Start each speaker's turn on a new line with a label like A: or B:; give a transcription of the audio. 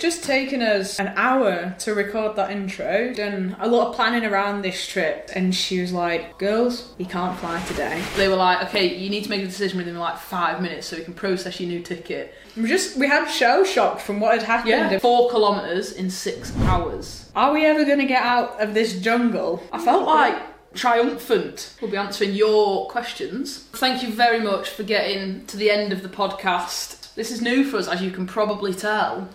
A: just taken us an hour to record that intro. Done a lot of planning around this trip, and she was like, "Girls, you can't fly today."
B: They were like, okay, you need to make a decision within like five minutes so we can process your new ticket.
A: We just we had shell shock from what had happened.
B: Yeah. Four kilometres in six hours.
A: Are we ever gonna get out of this jungle?
B: I felt like triumphant. We'll be answering your questions. Thank you very much for getting to the end of the podcast. This is new for us, as you can probably tell.